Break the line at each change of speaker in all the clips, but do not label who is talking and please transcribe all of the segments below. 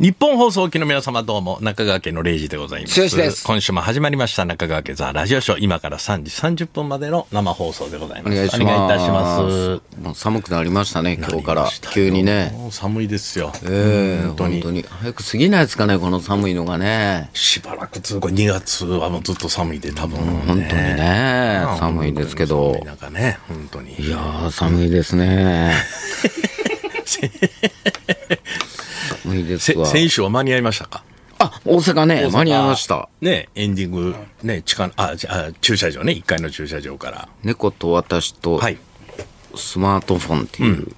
日本放送機の皆様どうも、中川家の礼二でございます。
剛です
今週も始まりました、中川家ザラジオショー。今から3時30分までの生放送でございます。
お願いします。
お願いいたします。
もう寒くなりましたね、今日
なり
から
ました。よ
急にね。。
寒いですよ。
ええ
本
本
当
当
に
に。早く過ぎないですかね、この寒いのがね。
しばらく続く、2月はもうずっと寒いで、多分、ね。
本当にね、寒いですけ
寒
ど
い。中ね、本当に。
いやー、寒いですね。 寒いです
せ
わ。
先週は間に合いましたか
あ、大阪ね、間に合いました。
ね、エンディング、ね、地下の、あ、じゃあ駐車場ね、1階の駐車場から。
猫と私と
はい。
スマートフォンっていう、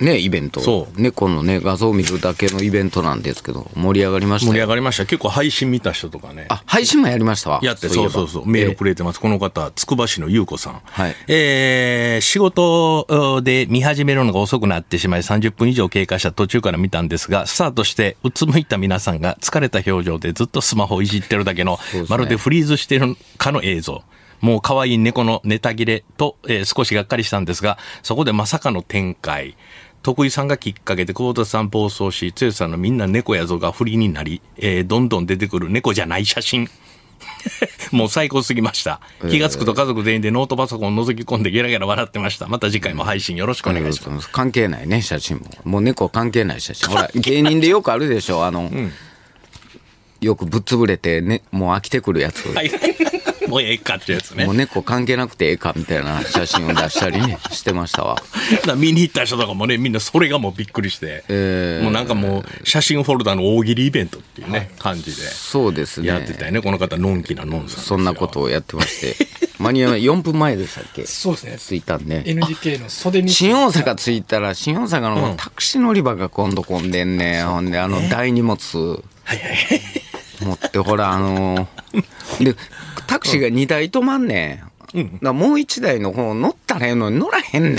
ね、イベント
そ。
猫のね、画像を見るだけのイベントなんですけど、盛り上がりまし
盛
た
り上
よ。
がりました。結構配信見た人とかね。
あ、配信もやりましたわ。
やって、
いえ
そう
ば
そうそう、メールくれてます。この方、つくば市のゆうこさん。
はい
えー仕事で見始めるのが遅くなってしまい、30分以上経過した途中から見たんですが、スタートして、うつむいた皆さんが疲れた表情でずっとスマホをいじってるだけの、
ですね
まるでフリーズしてるかの映像。もう可愛い猫のネタ切れと、えー少しがっかりしたんですが、そこでまさかの展開。徳井さんがきっかけで久保田さん暴走し、剛さんのみんな猫やぞが不利になり、えーどんどん出てくる猫じゃない写真。もう最高すぎました。気がつくと家族全員でノートパソコンを覗き込んでゲラゲラ笑ってました。また次回も配信よろしくお願いします。
ます。関係ないね、写真も。もう猫関係ない写真。ほら、芸人でよくあるでしょ、あの、よくぶっ潰れて、ね、もう飽きてくるやつ。
はい。 もうええかってやつね
もう。猫関係なくてええかみたいな写真を出したりね、 してましたわ。
だから見に行った人とかもね、みんなそれがもうびっくりして、もうなんかもう写真フォルダの大喜利イベントっていうね、感じで
そうです
やって
ね。
たよね。この方、のんきなのんさんですよ。
そんなことをやって まして。間に合わない。4分前でしたっけ
そうですね。
着いたんで。
NGK の袖に。
新大阪着いたら、新大阪のタクシー乗り場が今度混んでんね。ほんで、あの、大荷物。
はいはいはい。
持ってほらあのーでタクシーが2台止まんねん、だからもう1台の方乗ったらええのに乗らへん ねん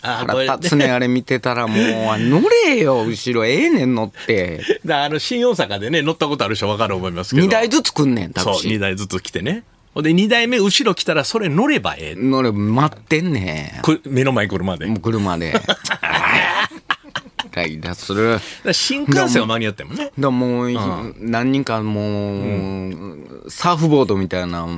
あー、こ
腹
れ、
立つねあれ見てたらもうあ乗れよ後ろええねん乗って
だからあの、新大阪でね、乗ったことある人分かる思いますけど。
2台ずつ来んねんタ
そう
ク、シ
2
ー
台ずつ来てね。ほんで、2台目後ろ来たら、それ乗ればええ。
乗れ待ってんね
こ目の前に来るまで。
んもう 車でライダーする
だから新幹線は間に合ってもね。
だからもう、何人かもう、サーフボードみたいな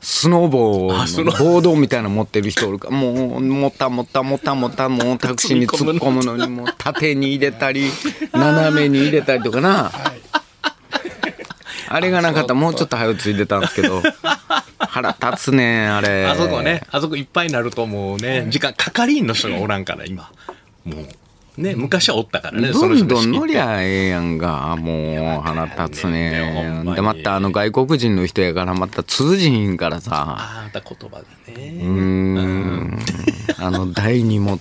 スノーボ
あス
ー
ノ
の
ー
ボードみたいなの持ってる人おるからもうもたもたもたもたもうタクシーに
積
突っ
み込
込むのにもう縦に入れたり斜めに入れたりとかなあれがなかったらもうちょっと早うついてたんですけど腹立つねあれ
あそこね、あそこいっぱいになるともうね、時間、係員の人がおらんから、今。もう。ね、昔はおったからね、
どんどん乗
の
りゃええやんが、もう腹立つ
ほ
ね
んま。に
で、またあの外国人の人やから、また通じひんからさ、
ああ、また言葉で
う
ね。
ーん、あの大荷物、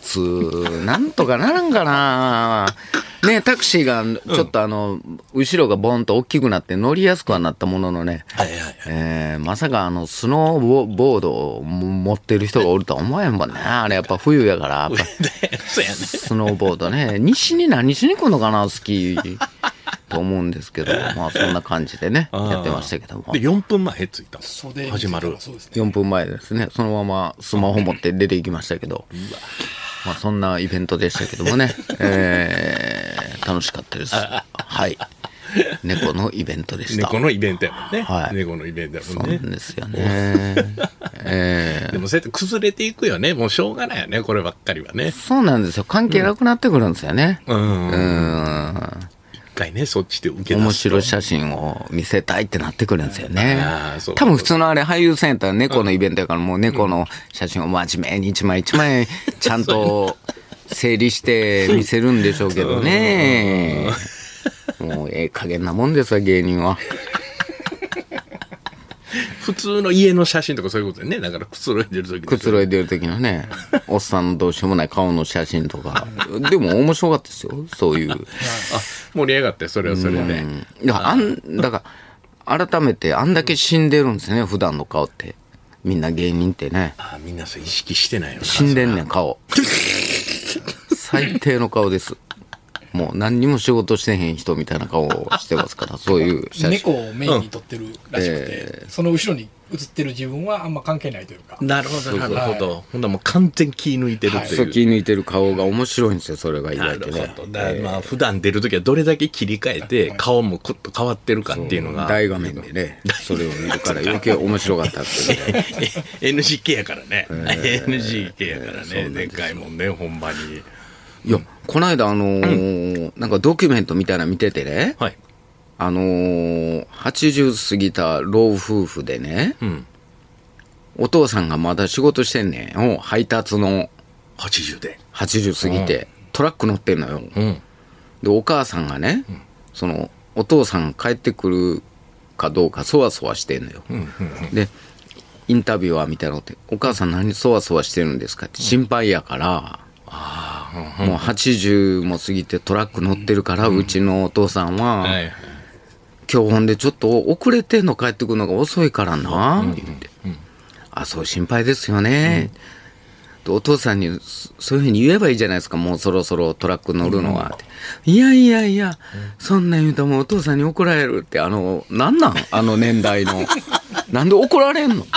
なんとかならんかな。ねタクシーがちょっとあの、後ろがボンと大きくなって乗りやすくはなったもののね、
はいはいはい。
えーまさかあのスノーボードを持ってる人がおるとは思えんもんね。あれやっぱ冬やから、やっぱ
で、そうやね。
スノーボードね。西に何しに来るのかな、スキー。と思うんですけど、まあそんな感じでね、やってましたけども。
で、4分前着いたもん
袖に
始まる。
そうですね。
4分前ですね、そのままスマホ持って出ていきましたけど、まあそんなイベントでしたけどもね、えー楽しかったです。はい。猫のイベントでした。
猫のイベントやもんね。
はい
猫のイベントや
そ
も
うんな
ね
ん。ですよね。えー
でもそうやって崩れていくよね。もうしょうがないよね、こればっかりはね。
そうなんですよ。関係なくなってくるんですよね。
うん
うん
一回ね、そっちで受け出
面
すと。
白い写真を見せたいってなってくるんですよね
あーそう。
多分普通のあれ俳優さんやったら猫のイベントやからもう猫の写真を真面目に一枚一枚ちゃんと整理して見せるんでしょうけどね。もうええ加減なもんですわ芸人は。
普通の家の写真とかそういうことだよね。だからくつろいでる時
くつろ
い
いでる時のね、おっさんのどうしようもない顔の写真とか。でも面白かったですよ。そういう。
あ、盛り上がって、それはそれで。
だからあん、だから改めてあんだけ死んでるんですね、普段の顔って。みんな芸人ってね。
あみんなそれ意識してないよな。
死んでんねん、顔。最低の顔です。もう何にも仕事してへん人みたいな顔をしてますから、そういう写真。
猫をメインに撮ってるらしくて、その後ろに映ってる自分はあんま関係ないというか。
なるほど、なるほ
は
ど。ほんならもう完全気抜いてるって
そう
いう。
気抜いてる顔が面白いんですよそれが意
な
外
る
と
ほ
ね
ど。だからまあ、普段出るときはどれだけ切り替えて、顔もクッと変わってるかっていうの が。
大画面でねそれを見るから余計面白かったって いうね
NGK やからね。NGK やからね。でかいもんね、ほんまに。
いやこの間あのーなんかドキュメントみたいなの見ててね、
はい。
あのー、80過ぎた老夫婦でね、お父さんがまだ仕事してんねんうん配達の
80で。
80過ぎて、トラック乗ってんのよ、
うん。
でお母さんがね、そのお父さん帰ってくるかどうかそわそわしてんのよ、でインタビュアーみたいなのって「お母さん何そわそわしてるんですか?」って心配やから、もう80も過ぎてトラック乗ってるから、うちのお父さんは、
はい。
今日ほんでちょっと遅れてんの帰ってくるのが遅いからな、言って、あそう心配ですよね、でお父さんにそそういうふうに言えばいいじゃないですかもうそろそろトラック乗るのは、っていやいやいや、そんなん言うたらもうお父さんに怒られるってあのなんなんあの年 代のなんで怒られんの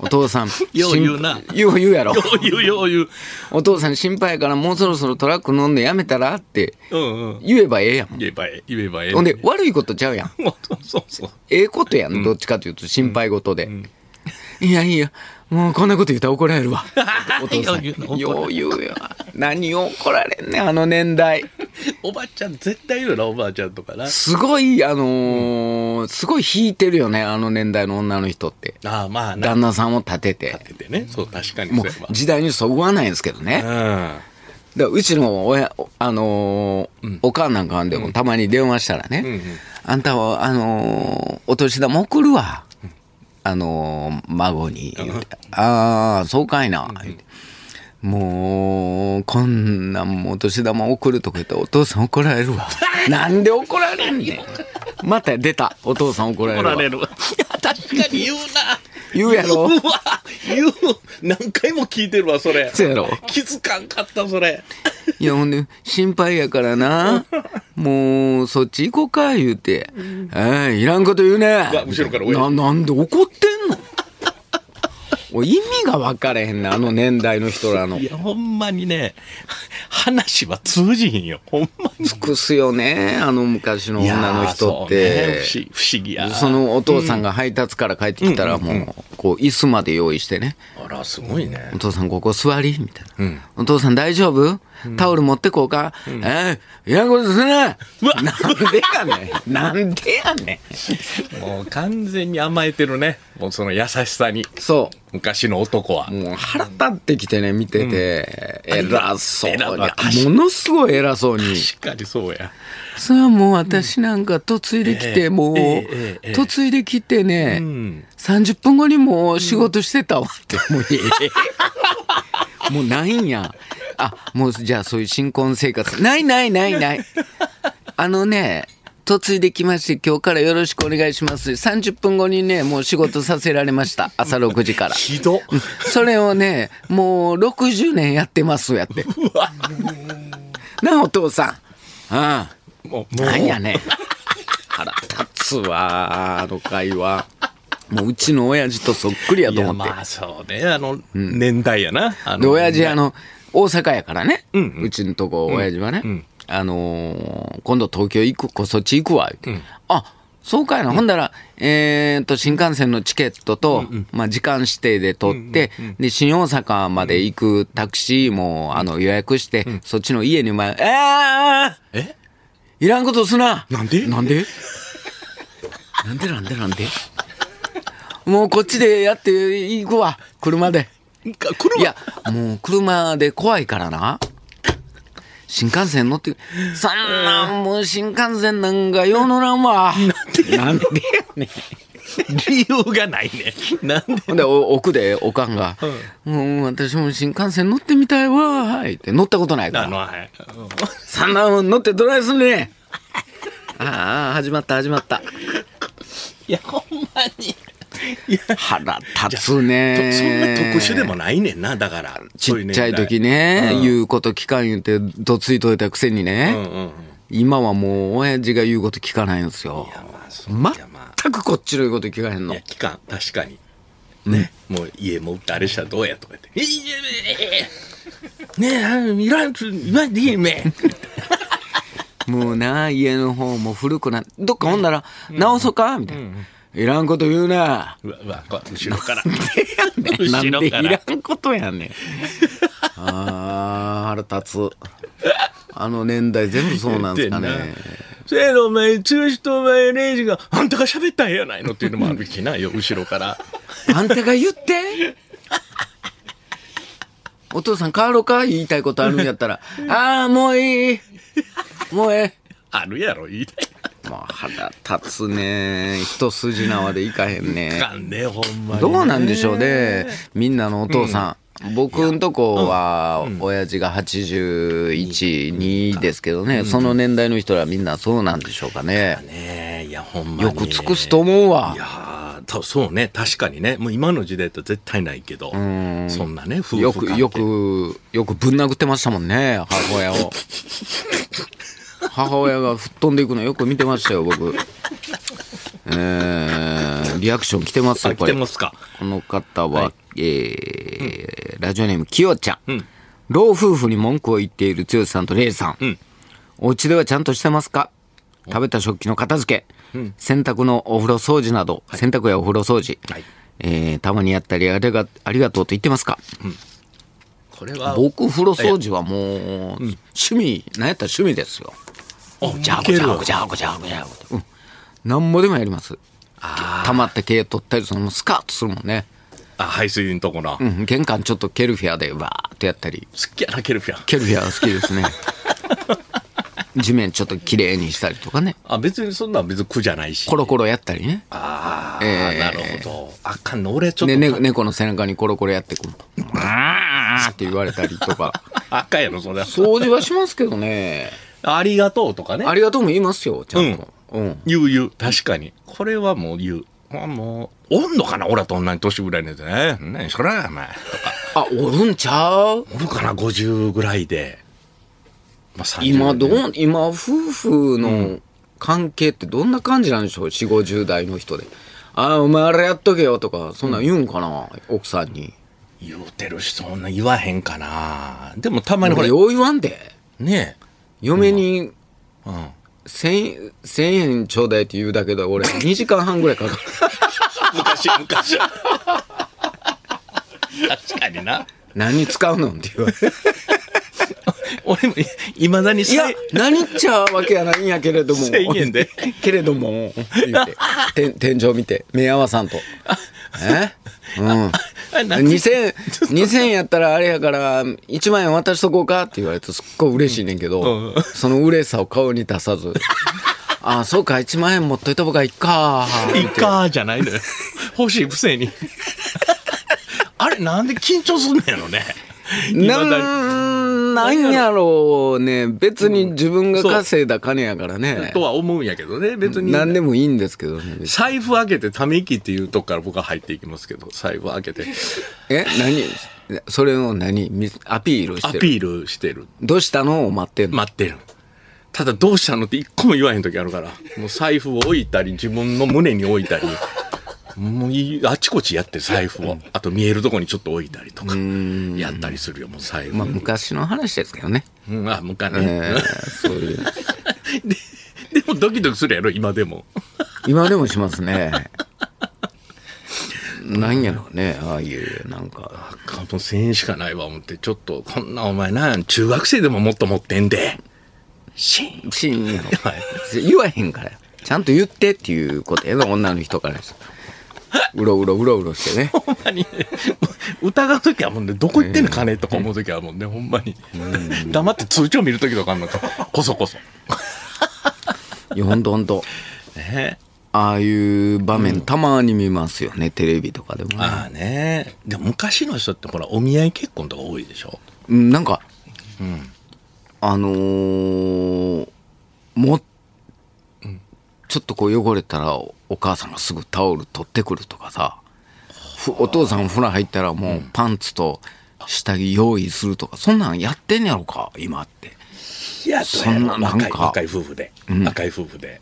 お父さん
よう言うな
心よう言うやろ
よう言う、よう言う。
お父さん心配やからもうそろそろトラック乗んのやめたらって
うんうん。
言えばええやん
言えばええ、言えばええ。
ほんで悪いことちゃうやん
もう、そうそう。
ええことやん、どっちかというと心配事で。いやいや、もうこんなこと言ったら怒られるわ。 お父さん。
よ
よ
う言うな怒ら
う言うよ。何を怒られんねん、あの年 代。
おばあちゃん、絶対いるな、おばあちゃんとかな。
すごい、あのーすごい引いてるよね、あの年代の女の人って。
ああ、まあな。
旦那さんを立てて。
っててね。そう、確かに
も
そううやわ。
時代にそぐわないんですけどね。だか
うん。
らうちの親、あのーお母なんかはでもたまに電話したらね、あんたは、あのーお年玉送るわ。あのー孫に言うて「ああそうかいな」言うてもうこんなんもうお年玉送るとか言ったらお父さん怒られる わなんで怒られんねんまた出たお父さん怒られ
怒
るわ
られるわ。いや、確かに言うな。
言うやろ
うわ、言う。何回も聞いてるわ、それ。
そうやろ
気づかんかった、それ。
いやほんで心配やからなもうそっち行こうか言うて「ええいらんこと言うね」
わ後ろから親
ななんで怒ってんの おい意味が分かれへんねんあの年代の人らの
いや、ほんまにね、話は通じひんよ。ほんまに。
尽くすよねあの昔の女の人っ
いやーそ
て
うね不思議不思議や。
そのお父さんが配達から帰ってきたらもう,、こう椅子まで用意してね
あら、すごいね
「お。父さんここ座り」みたいな「お父さん大丈夫、タオル持ってこうか、ええいやんことすななんでやね んなんでやね
もう完全に甘えてるね。もうその優しさに。
んそ
昔の男は
う。もう腹立ってきてね見てて、偉そうに
偉いわ
ものすごい偉そうに
確かにそうや。
それはもう私なんか嫁いでき
ええ
てもう
ええええ
嫁いできてね
ん
30分後にもう仕事してたわってもうええ もうないんやあもうじゃあそういう新婚生活ないないないないあのね嫁いできまして今日からよろしくお願いします30分後にねもう仕事させられました朝6時から
ひど。
それをねもう60年やってますやってなあお父さんうん
もう、も
なんや
う、
ねん腹立つわあの会話もううちの親父とそっくりや
い
と
や、
思って、
まあそうね。あの、年代やな。あ
で
の
親父あの大阪やからね、うちのとこ親父はね、あのー今度東京行くこそっち行くわ」言うてあそうかいな、ほんだら、えー、と新幹線のチケットと、まあ、時間指定で取って、で新大阪まで行くタクシーもあの予約して、そっちの家に前「えー、
え
いらんことすな。
なんで
なんでなんでなんでなんでもうこっちでやっていくわ、車で。
かこ
い
れは
や、もう車で怖いからな。新幹線乗って、そんなんもう新幹線なんかよう乗らんわ。なんでやねん。
理由がないね。なんで
ほんで、お奥でおかんが、もう私も新幹線乗ってみたいわ、って乗ったことないから
あ。の、はい。
サンダー乗ってドライすんねああ始まった始まった
いや、ほんまに。いや、
腹立つね
とそんな特殊でもないねんな、だから。
ちっちゃい時
ね。
ね、言うこと聞かん言ってどついといたくせにね、
うんうんうん。
今はもう親父が言うこと聞かないんですよ
まあそういやまあ
全くこっちの言うこと聞かへんの
いや期間確かにねもう家もってあれしたらどうやとか言って「いやいやいやねえあのいらんつ今できへんめ」
もうな家の方も古くなどっかほんなら直そうかみたいな「いらんこと言うな」
うわうわこう後ろから
な
後
ん
ろ
でい
から
らんことやねん。あー、腹立つ。あの年代全部そうなんですかね。
せやろお前剛とお前レイジがあんたが喋ったんやないのっていうのもあるしなよ後ろから
あんたが言って。お父さん帰ろうか言いたいことあるんやったら。あー、もういい。もうえ
あるやろ言いたい
え。もう腹立つね。一筋縄でいかへんね。
かんねほんまに
どうなんでしょうね。みんなのお父さん。僕んとこは、親父が81、2ですけどね、その年代の人らみんなそうなんでしょうかね。
ねえいやほんまに
よく尽くすと思うわ
いや。ーたそうね確かにねもう今の時代と絶対ないけどそんなね夫婦
よ
関
く、
係
よく、よくぶん殴ってましたもんね、母親を。母親が吹っ飛んでいくのよく見てましたよ、僕。えー、リアクション来てますよ、
あ
こ
来
れ
て。ますか
この方は、えーラジオネームきよちゃん、
ん
老夫婦に文句を言っている剛さんとレイさん、
ん
お家ではちゃんとしてますか食べた食器の片付け、洗濯のお風呂掃除など、洗濯やお風呂掃除、
はい
えーたまにやったりあれがありがとうと言ってますか
これは
僕風呂掃除はもう、趣味なんやったら趣味ですよじゃあこじゃあこじゃあこじゃあこじゃあこじゃあうん何もでもやります溜まった毛取ったりそのスカッとするもんね
あ排水のとこな、
うん玄関ちょっとケルフィアでわーっとやったり
好きやなケルフィア
ケルフィアが好きで すね地面ちょっときれいにしたりとかね
あ別にそんなん別に苦じゃないし
コロコロやったりね
ああ、
ええ
なるほどあかんの俺ちょっと、
で、ね、猫の背中にコロコロやってくるあーって言われたりとか
あかんやろそれ
掃除はしますけどね
ありがとうとかね
ありがとうも言いますよちゃんと、うん
言う言う確かにこれはもう言うあもうおんのかな俺らと同じ年ぐらいのやつね何そらお前
あおるんちゃう
おるかな50ぐらいで、まあ、30
今どう今夫婦の関係ってどんな感じなんでしょう4 5 0代の人で「ああお前あれやっとけよ」とかそんなん言うんかな、奥さんに。
言うてるしそんな言わへんかなでもたまにほ
こ
ら
れよう言わんで
ね
嫁に
え、うん、
1000 1000円ちょうだいって言うだけ ど俺2時間半ぐらいかかる
昔 昔確かにな
何使うのって言われて
俺もいまだに
いや何っちゃうわけやないんやけれども
1000円で
けれども言うて天天井見て目合わさんと えうん
あなんか
2000円2000円やったらあれやから1万円渡しとこうかって言われてすっごい嬉しいねんけど、その嬉しさを顔に出さ ず「ああそうか1万円持っといた方がいいか」
いいかーじゃないのよ。欲しいくせ に。あれ、なんで緊張すんねやろね。
な
未だ
んなんやろうね別に自分が稼いだ金やから
に
ね
と、は思うんやけどね、別に。
何でもいいんですけどね
財布開けてため息っていうとこから僕は入っていきますけど、財布開けて
え何それを何みアピール
ア
してる
ピールしてる。
どうしたのを待ってんの、
待ってる。ただどうしたのって一個も言わへん時あるから、もう財布を置いたり、自分の胸に置いたり、もういあちこちやって財布を、あと見えるとこにちょっと置いたりとか、やったりするよ、もう財布。
まあ、昔の話ですけどね、
うん、あ、向かない。
えーそういう
でもドキドキするやろ、今でも。
今でもしますね。なんやろうね、ああいう、なんか。
かもう1000円しかないわ思ってちょっとこんなお前なん中学生でももっと持ってんでシーン
シーンやろ。
はい
言わへんから。ちゃんと言ってっていうことやな、女の人からしたらうろうろうろうろしてね。
ほんまに疑う時はもうねどこ行ってんの金とか思う時はもうねほんまに黙って通帳見る時とかあんのかこそこそ
いや、ほんとほんと。
ね
ああいう場面、たまに見ますよね、テレビとかでもね。
ああねでも昔の人ってほらお見合い結婚とか多いでしょ
うんなんか、あのーも、ちょっとこう汚れたらおお母さんがすぐタオル取ってくるとかさ、ふお父さんお風呂入ったらもうパンツと下着用意するとか、そんなんやってんやろか、今って。
いや
そん
ど
な
うやろ
なんか
若い若い夫婦で、若い夫婦で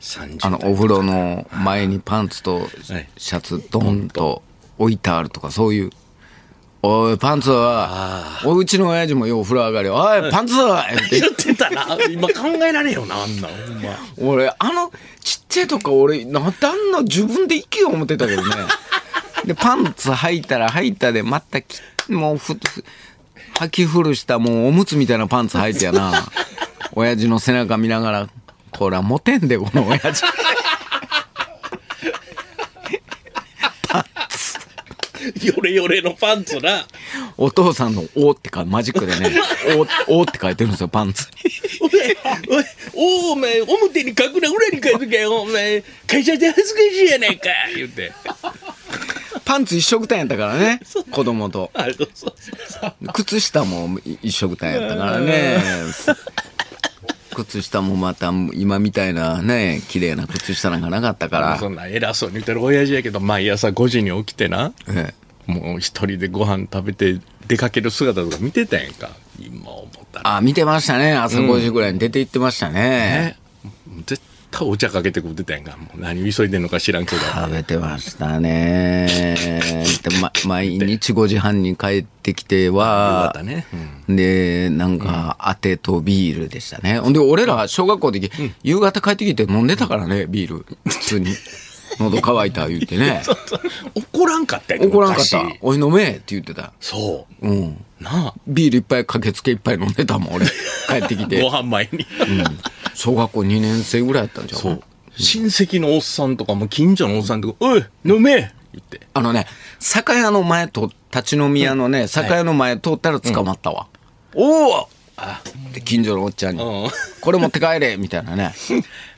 30代
あのお風呂の前にパンツと
はい
シャツドンと置いてあるとかそういう「おいパンツはおうちの親父もようお風呂上がりおいパンツは!」って
言ってたな今考えられんよなあんなんほんま
俺あのちっちゃいとか俺なんであんな自分で行けよ思ってたけ どねでパンツ履いたら履いたでまたきもうふふ履き古したもうおむつみたいなパンツ履いてやな親父の背中見ながらこらモテんでこの親父
ヨレヨレのパンツな
お父さんの「お」ってかマジックでね「お」おって書いてるんですよパンツに
お前おおお前表に書くな裏に書くけお前会社で恥ずかしいやないか言って
パンツ一色単やったからね子供と
あそうそう
靴下も一色単やったからね。靴下もまた今みたいなね、綺麗な靴下なんかなかったから
そ。んな偉そうに言ってる親父やけど毎朝5時に起きてな
ええ
もう一人でご飯食べて出かける姿とか見てたやんか今思ったら
あ、見てましたね。朝5時ぐらいに出て行ってましたね。
絶対お茶かけてくれてたやんかもう何急いでんのか知らんけど
食べてましたね。で、ま、毎日5時半に帰ってきて
ま
は
た、ね、
で、なんか、当てとビールでしたね。ほんで、俺ら、小学校の時、夕方帰ってきて飲んでたからね、ビール。 普通に。喉乾いた言っ てね。
怒らんかったやん
怒らんかった
昔。
おい飲めって言ってた。
そう
うん。
なあ
ビールいっぱい駆けつけいっぱい飲んでたもん、俺。帰ってき
ご
て。
飯前に、
小学校2年生ぐらいやったんじゃん。
そう。親戚のおっさんとかも近所のおっさんとか、おい、飲め言って。
あのね、酒屋の前と、立ち飲み屋のね、酒屋の前通ったら捕まったわ。
おお
で、近所のおっちゃんに。
うん
これ持って帰れみた いなね。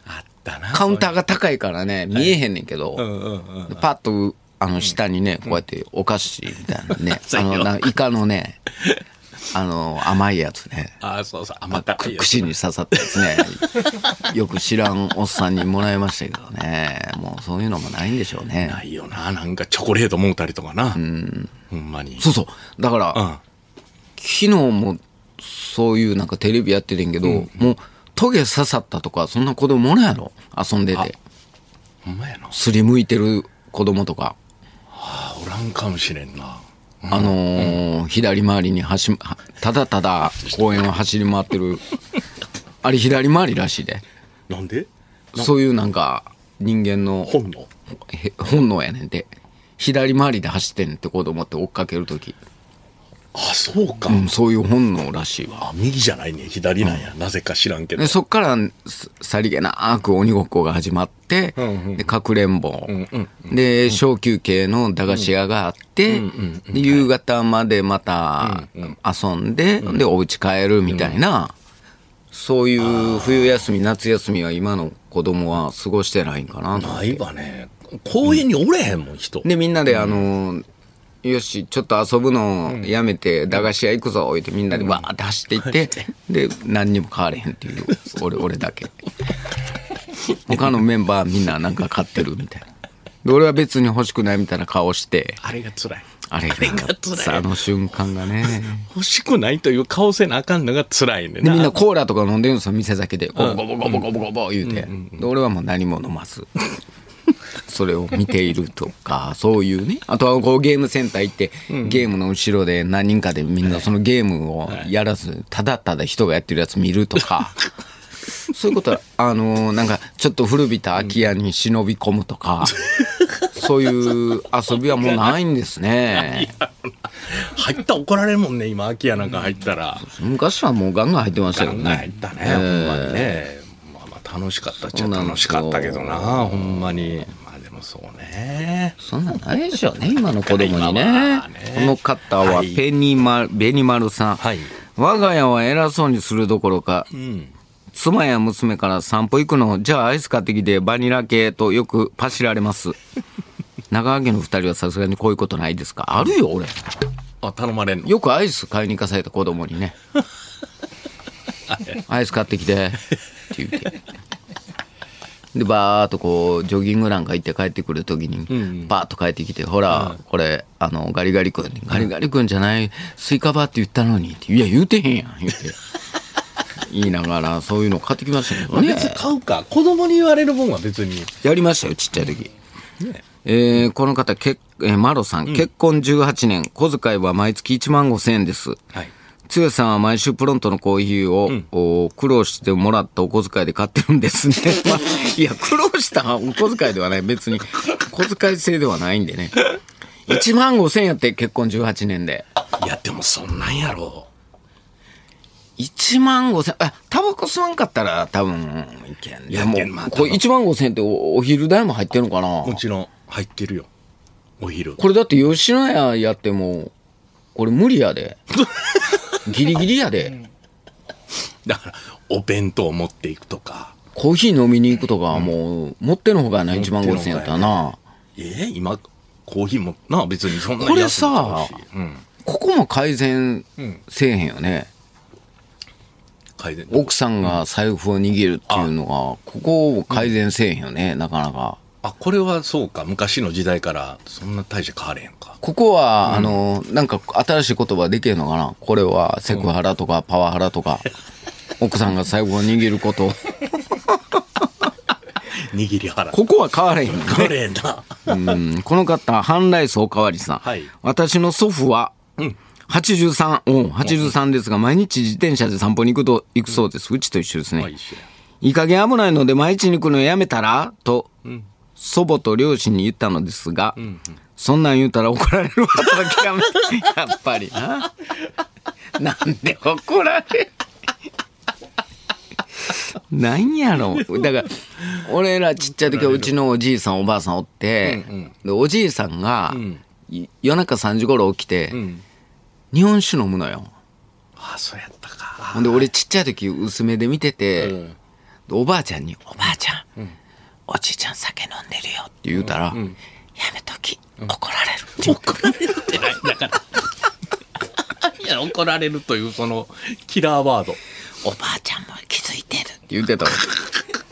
あったな。
カウンターが高いからね、見えへんねんけど、
うんうんうん。
でパッと、あの、下にね、こうやってお菓子みたいな
、
ね
そ
あ
うよ
の、なイカのね、あの、甘いやつね。
ああ、そうそう、甘った
く
るいやつ
串に刺さったやつね よく知らんおっさんにもらいましたけどねもうそういうのもないんでしょうね
ないよな。なんかチョコレートもうたりとかな。ほんまに。
そうそうだから、
うん。
昨日もそういうなんかテレビやっててんけど、もうトゲ刺さったとかそんな子供もらんやろ遊んでて
ほんまやな。
すりむいてる子供とか、
あおらんかもしれんな。
あのー左回りに走りはただただ公園を走り回ってるあれ左回りらしいで
なんで
そういうなんか人間の
本能。
へ本能やねんて左回りで走ってんって子供って追っかける時、
あ、そうか。
うん、そういう本能らしいわ
あ、右じゃないね。左なんや。なぜか知らんけど
で。そっからすさりげなく鬼ごっこが始まって、でかくれんぼ、で小休憩の駄菓子屋があって、で夕方までまた遊んで、でお家帰るみたいな、そういう冬休み夏休みは今の子供は過ごしてないんかなと
ないわね。公園におれへんもん、人。
でみんなであの、よしちょっと遊ぶのやめて駄菓子屋行くぞ言ってみんなでわーって走っていって、で何にも買われへんっていう俺俺だけ 他のメンバーみんななんか買ってるみたいなで俺は別に欲しくないみたいな顔して
あれが辛い。
あれなんか
あれが辛い
あの瞬間がね
欲しくないという顔せなあかんのが辛いねん
で
な。
みんなコーラとか飲んでるんですよ店先でゴボゴボゴボゴボゴボ言うて、で俺はもう何も飲まずそれを見ているとかそういうねあとはこうゲームセンター行って、ゲームの後ろで何人かでみんなそのゲームをやらず、ただただ人がやってるやつ見るとかそういうことはあのーなんかちょっと古びた空き家に忍び込むとか、そういう遊びはもうないんですね
入ったら怒られるもんね、今、空き家なんか入ったら。
昔はもうガンガン入ってましたけど
考え
ね
たね、ほんまにね。まあまあ楽しかったっちゃ
そうなん
楽
で
し
すよ
かったけどな、ほんまに。まあでもそうね。
そんなんないでしょうね、今の子供に
今
ね
はね。
この方は
はい
ペニマ、ベニマルさん、
はい
我が家は偉そうにするどころか、妻や娘から散歩行くの、じゃあアイス買ってきてバニラ系とよくパシられ ます。長家の二人はさすがにこういうことないですかあるよ、俺。
あ、頼まれんの
よくアイス買いに行かされた子供に ね。アイス買ってきて。って言って。で、バーっとこう、ジョギングなんか行って帰ってくるときに、バーっと帰ってきて、ほら、これ、あの、ガリガリ君 に、ガリガリ君じゃない、スイカバーって言ったのに、っていや、言うてへんやん、言うて。言いながら、そういうの買ってきましたけどね
別。に買うか。子供に言われる分は別に。
やりましたよ、ちっちゃい時。えーこの方、けえーマロさん、結婚18年、小遣いは毎月1万5000円です。
はい。
つよさんは毎週プロントのコーヒーを、お苦労してもらったお小遣いで買ってるんで すね。まあいや、苦労したお小遣いではない。別に、小遣い制ではないんでね。1万5千やって、結婚18年で。
いや、でもそんなんやろ。
1万5千、あ、タバコ吸わんかったら多分、いけん。
いや
でも
けんまあ、
これ1万5千っておお昼代も入ってるのかな
もちろん、入ってるよ。お昼。
これだって吉野家やっても、これ無理 やで。ギリギリやで。
だから、お弁当を持っていくとか。
コーヒー飲みに行くとかはもう、持ってのほかやな、1万5千やったらな。
ええ今、コーヒーも、なあ、別にそんな
これ
安いの買う
さ
しうん。
ここも改善せえへんよね。
改善。
奥さんが財布を握るっていうのが、ここを改善せえへんよね、なかなか。
あ、これはそうか。昔の時代から、そんな大して変われへんか。
ここは、あの、なんか新しい言葉できへんのかなこれはセクハラとかパワハラと か、奥さんが財布を握ること。
握り腹。
ここは変われへんよね。
変われへんな。
うんこの方、ハンライスおかわりさん。
はい
私の祖父は、83、うん、83ですが、毎日自転車で散歩に行くと、行くそうです。うちと一緒ですね。
まあ
い
一緒や
い加減危ないので毎日に行くのやめたらと、祖母と両親に言ったのですが、そんなん言うたら怒られるわと諦めて、やっぱりな。なんで怒られるなんやろだから俺らちっちゃい時はうちのおじいさんおばあさんおって、でおじいさんが、い夜中3時頃起きて、日本酒飲むのよ。
あ、そうやったか。
ほんで俺ちっちゃい時薄めで見てて、でおばあちゃんに「おばあちゃん、おじいちゃん酒飲んでるよ」って言うたら「やめとき怒られる」って言う
怒られるってない。だから。いや、怒られるという、その、キラーワード。
おばあちゃんも気づいてる」って言ってたわ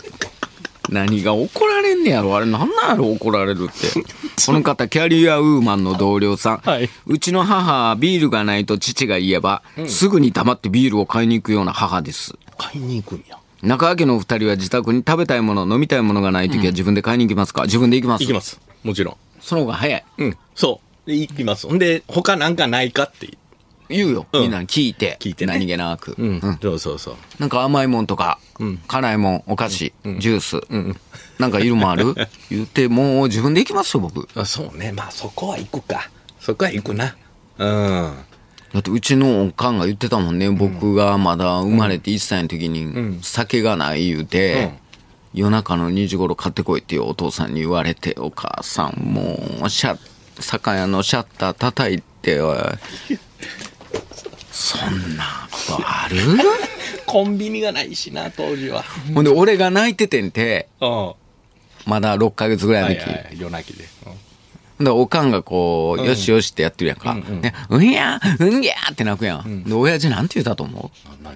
何が怒られんねやろあれなんなんやろ怒られるってこの方キャリアウーマンの同僚さん、
はいう
ちの母はビールがないと父が言えば、すぐに黙ってビールを買いに行くような母です
買いに行くんや。
中川家のお二人は自宅に食べたいもの飲みたいものがない時は自分で買いに行きますか、自分で行きます
行きます。もちろん。
その方が早い
うん。そう。で、行きます。ほんで、他なんかないかって
言うよ、
ん
みんなに聞いて
聞いてね
何気なく、
言う。うん。そうそうそう。
なんか甘いもんとか、辛いもんお菓子、ジュース、なんかいるもんあ る言ってもう自分で行きますよ僕
あそうね。まあ、そこは行くか。そこは行くな。うん。
だってうちのおかんが言ってたもんね、僕がまだ生まれて1歳の時に酒がない言うて、夜中の2時頃買ってこいっていうお父さんに言われてお母さんもうシャ酒屋のシャッター叩いておい そんなことある
コンビニがないしな、当時 は。
ほんで俺が泣いててんて
うん。
まだ6ヶ月ぐらいの
い、
時、
夜泣きで。
だからおかんがこう、よしよしってやってるやんか。ねうんやうんやって泣くやん。で、親父なんて言うたと思う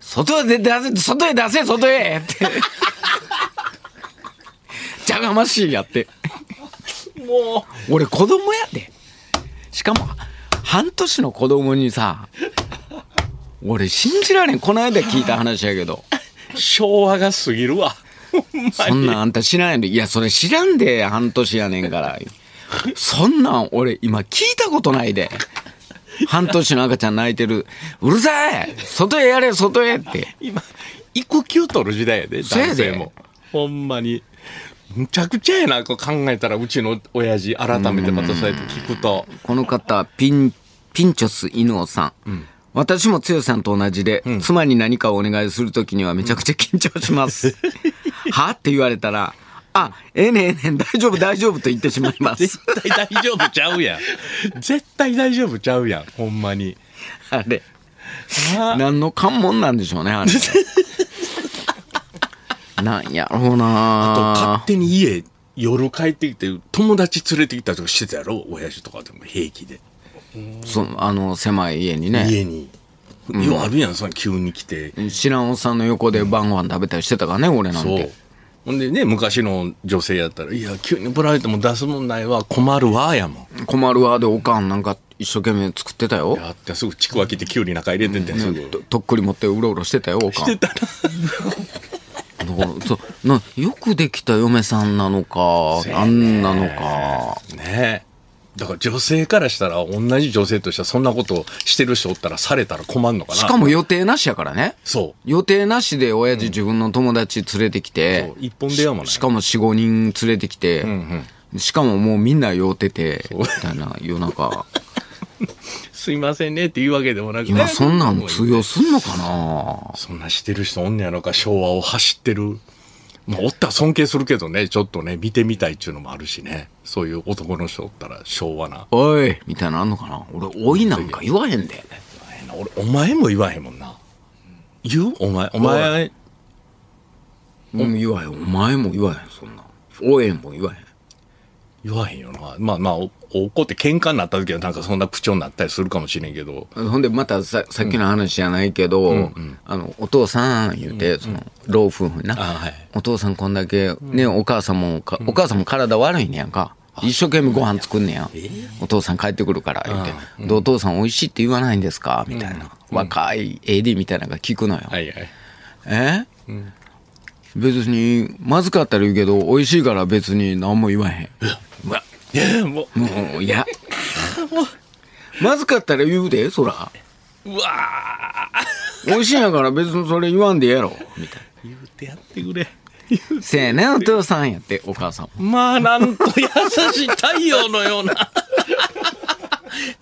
外へ出せ、外へ出せ、外へ って。じゃがましいやって。
も
俺子供やで。しかも、半年の子供にさ、俺信じられん。この間聞いた話やけど。
う、昭和が過ぎるわ。 ほんま
そんなんあんた知らないのいや、それ知らんで、半年やねんから。そんなん俺今聞いたことないで。半年の赤ちゃん泣いてる。うるさい外へやれ、外へって。
今、育休取る時代やで、
そうや
男
で
性も。ほんまに。むちゃくちゃやな、こう考えたら、うちの親父、改めてまたそうやって聞くと。
この方、ピン、ピンチョス犬尾さん。私も剛さんと同じで、妻に何かをお願いするときにはめちゃくちゃ緊張します。はって言われたら、あ、ええねんええねん、大丈夫大丈夫と言ってしまい ます。
絶対大丈夫ちゃうやん。 絶対大丈夫ちゃうやん、ほんまに。
あれ。
あ
何の関門なんでしょうね、あ れ。なんやろう
と
な
勝手に家夜帰ってきて友達連れてきたりとかしてたやろ親父とかでも平気で
そあの、狭い家にね。
家に、ようあるやんそんな急に来て、
知らんおっさんの横で晩ご飯食べたりしてたからね、俺なん
そう
て。
ほんでね昔の女性やったら「いや急に来られても出すもんないわ困るわ」やもん
困るわ、で、おかんなんか、一生懸命作ってたよ。
やってすぐちくわ切ってきゅうり中入れてて、すぐ。
ととっくり持ってうろうろしてたよ、おかん。してたそうなよくできた嫁さんなのか、あんなのか。
ねえだから女性からしたら、同じ女性としてはそんなことをしてる人おったらされたら困るのかな。
しかも予定なしやからね。
そ
予定なしで親父自分の友達連れてき
う。
て、
一本出やもない。
しかも4、5人連れてきて、しかももうみんな酔うてて、みたいな夜中。
すいませんねって言うわけでもなく
今そんなん通用すんのかな
そんなしてる人おんねやろか、昭和を走ってる。まあ、おったら尊敬するけどね、ちょっとね、見てみたいっていうのもあるしね。そういう男の人おったら昭和な。
おいみたいなのあんのかな俺、おいなんか言わへんで。
俺、お前も言わへんもんな。言うお前、お前、
うん、言わへん。お前も言わへん、そんな。おえんも言わへん。
言わへんよな。まあまあ、お怒って喧嘩になった時はなんかそんな口調になったりするかもしれんけど。
ほんでまたささっきの話じゃないけど、あのお父さん言うて、その老夫婦にな、
あはい
お父さんこんだけ、ねお母さんもかお母さんも体悪いねやんか一生懸命ご飯作んねや、お父さん帰ってくるから言って、でお父さん美味しいって言わないんですかみたいな、若い AD みたいなのが聞くのよ、
はいはい。
え、別にまずかったら言うけど美味しいから別に何も言わへんうわ
いや、も
もういやまずかったら言うでそら
う、うわー
美味しいんやから別にそれ言わんでええやろみたい
言うてやってくれ。
なせやねお父さんやってお母さんも
まあなんと優しい太陽のような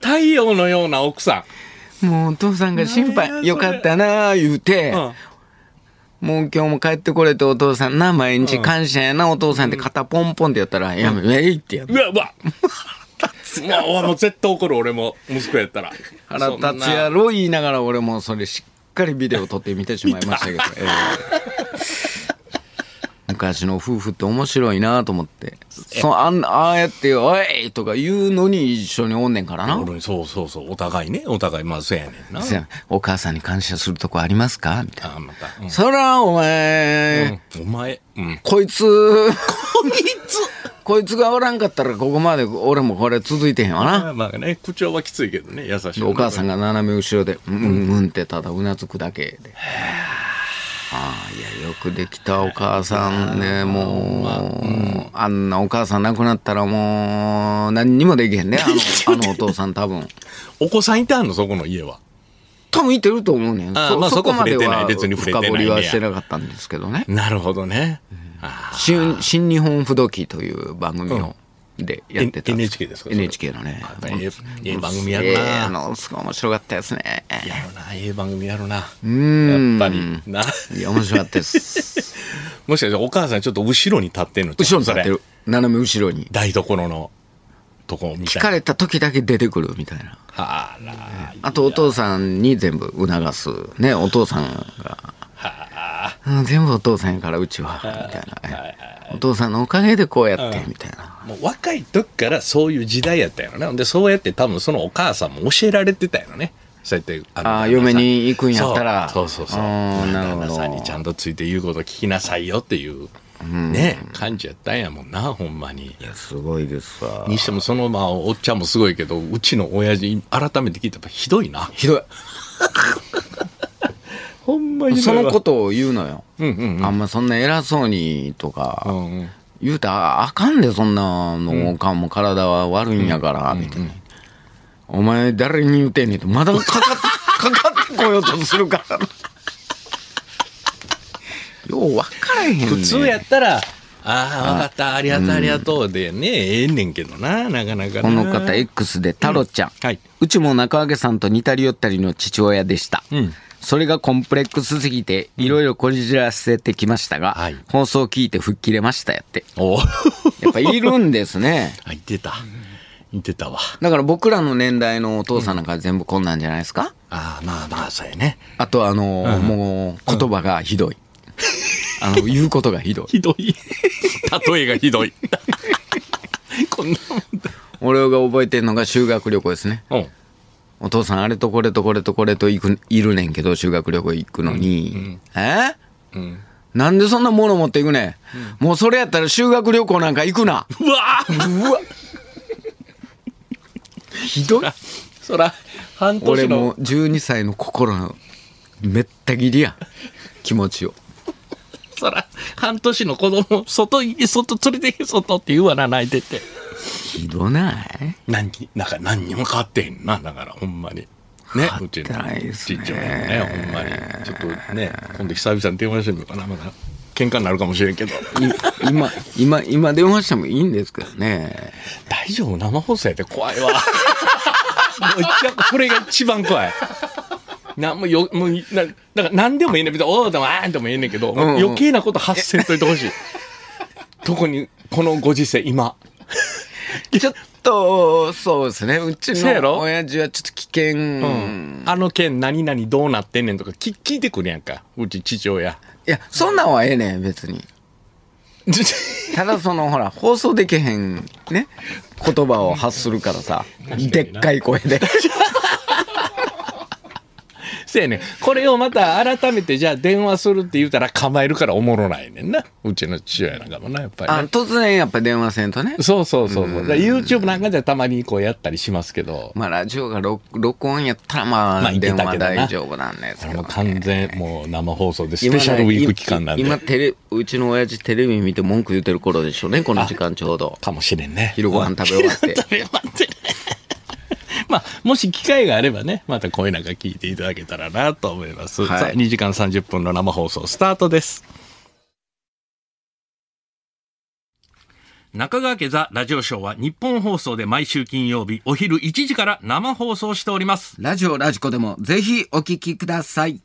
太陽のような奥さ
もうお父さんが心
なんやそ
配
れ
よかったなあ言うて、
ん、うん、
もう今日も帰ってこれてお父さんな毎日感謝やなお父さんって肩ポンポンってやったら、やめえいってやる
うわうわもうわもう絶対怒る俺も息子やったら
腹立つや
や
ろ言いながら俺もそれしっかりビデオ撮って見てしまいましたけど、ええ 昔の夫婦って面白いなと思ってそうあんああやって「おい!」とか言うのに一緒におんねんからな
俺そうそうそうお互いねお互いまあそうやねんな
せやお母さんに感謝するとこありますかみたいな。
あまた、うん
そら、お前、
うんお前うん
こいつ、 こいつ、こいつがおらんかったら、ここまで俺もこれ続いてへんわな。
まあまあね口調はきついけどね優しい
お母さん
が
が斜め後ろで、うんうんうんってただうなずくだけで。ああ、いや、よくできたお母さんね、もう、あんなお母さん亡くなったらもう、何にもできへんね、あの、 あのお父さん多分。
お子さんいたんのそこの家は
多分いてると思うねん。
あーまあそこ触れてない別に触れてな
深
いね
掘りはしてなかったんですけどね。
なるほどねあ
新新日本不動機という番組を、でやってたん
NHK ですかそれ
NHK のね
やっぱりええええ番組や
え
るな
えあのすごい面白かったですね
ーやるなええ番組やるなやっ
ん
ぱりない
や面白かったです
もしかしてお母さんちょっと後ろに立ってんのちゃう
後ろに立って
それ
る斜め後ろに
台所のとこみたい
聞
な
かれた時だけ出てくるみたいな
あら
あとお父さんに全部促すねお父さんがうん全部お父さんやからうちはみたいなお父さんのおかげでこうやってみたいな
もう若い時からそういう時代やったんやろねほんでそうやって多分そのお母さんも教えられてたんやろねそうやってあの
あー嫁に行くんやったら
そうそうそうそう
あーなる
旦
ほど
那さんにちゃんとついて言うこと聞きなさいよっていうね感じやったんやもんなほんまに
いやすごいですわ
にしてもそのまあおっちゃんもすごいけどうちの親父改めて聞いたらやっぱひどいな
ひどい
ほんまに
そのこととを言うのよ。あんまそんな偉そうにとか、言うたらあかんで、そんなの、おかんも体は悪いんやから、みたいな。お前誰に言うてんねんと、まだかかって、 かかってこようとするからな。よう分からへんねん
普通やったらああ分かったありがとうありがとうでねええねんけどななかなかな
この方 X で太郎ちゃん、う
はいう
ちも中揚さんと似たり寄ったりの父親でした、それがコンプレックスすぎていろいろこじらせてきましたが、
はい
放送聞いて吹っ切れましたやって
お
やっぱいるんですね
あ言ってた言ってたわ
だから僕らの年代のお父さんなんか全部こんなんじゃないですか、
ああまあまあそうやね
あとあのーもう言葉がひどい、あの言うことがひどい
ひどい例えがひどい こんな
俺が覚えてるのが修学旅行ですね
もんうん
お父さんあれとこれとこれとこれと行くいるねんけど修学旅行行くのに、え、なんでそんなもの持っていくねん、もうそれやったら修学旅行なんか行くな
うわー
ひどい
そら、半
俺
年
も
の。
う12歳の心のめった切りや気持ちを
そら、半年の子供、外い、外連れてけ、外って言うわな、泣いてて。
ひどない
何に、なんか何にも変わってへんな、だから、ほんまに。ね、うちの
変わってないです
ち
ね
っちゃいのね、ほんまに。ちょっとね、今度久々に電話してみようかな、まだ。喧嘩になるかもしれんけど。
い今今今電話してもいいんですけどね
大丈夫生放送やで怖いわ。もう一番これが一番怖い。なんもよ、もう、な、なんか何でもいいねん。別に、おーでもあーんでもいいねんけど、
んうん
余計なこと発せんといてほしい。特に、このご時世、今。
ちょっとそうですねうち
せや
の
ろ
親父はちょっと危険、
あの件何々どうなってんねんとか聞聞いてくるやんか。うち父 親。
いやそんなんはええねん別にただそのほら放送できへんね言葉を発するからさでっかい声で
せやねん。これをまた改めて、じゃあ電話するって言うたら構えるからおもろないねんな。うちの父親なんかもな、やっぱり
あ
な、
突然やっぱ電話せんとね
そうそうそうそう。だから YouTube なんかじゃたまにこうやったりしますけど、
まあラジオが録録音やったらま
まあ
あ
いけた
電
けどな
話大丈夫なんですけど
もう
ね
完全もう生放送でスペシャルウィーク期間なんで、
今テレうちの親父テレビ見て文句言ってる頃でしょうねこの時間ちょうど
かもしれんね。
昼ご飯食べ終わって
食べ終わって。 まあ、もし機会があればね、また声なんか聞いていただけたらなと思います。
はい
さあ、2時間30分の生放送スタートです。中川家ザラジオショーは日本放送で毎週金曜日お昼1時から生放送しております。
ラジオラジコでもぜひお聞きください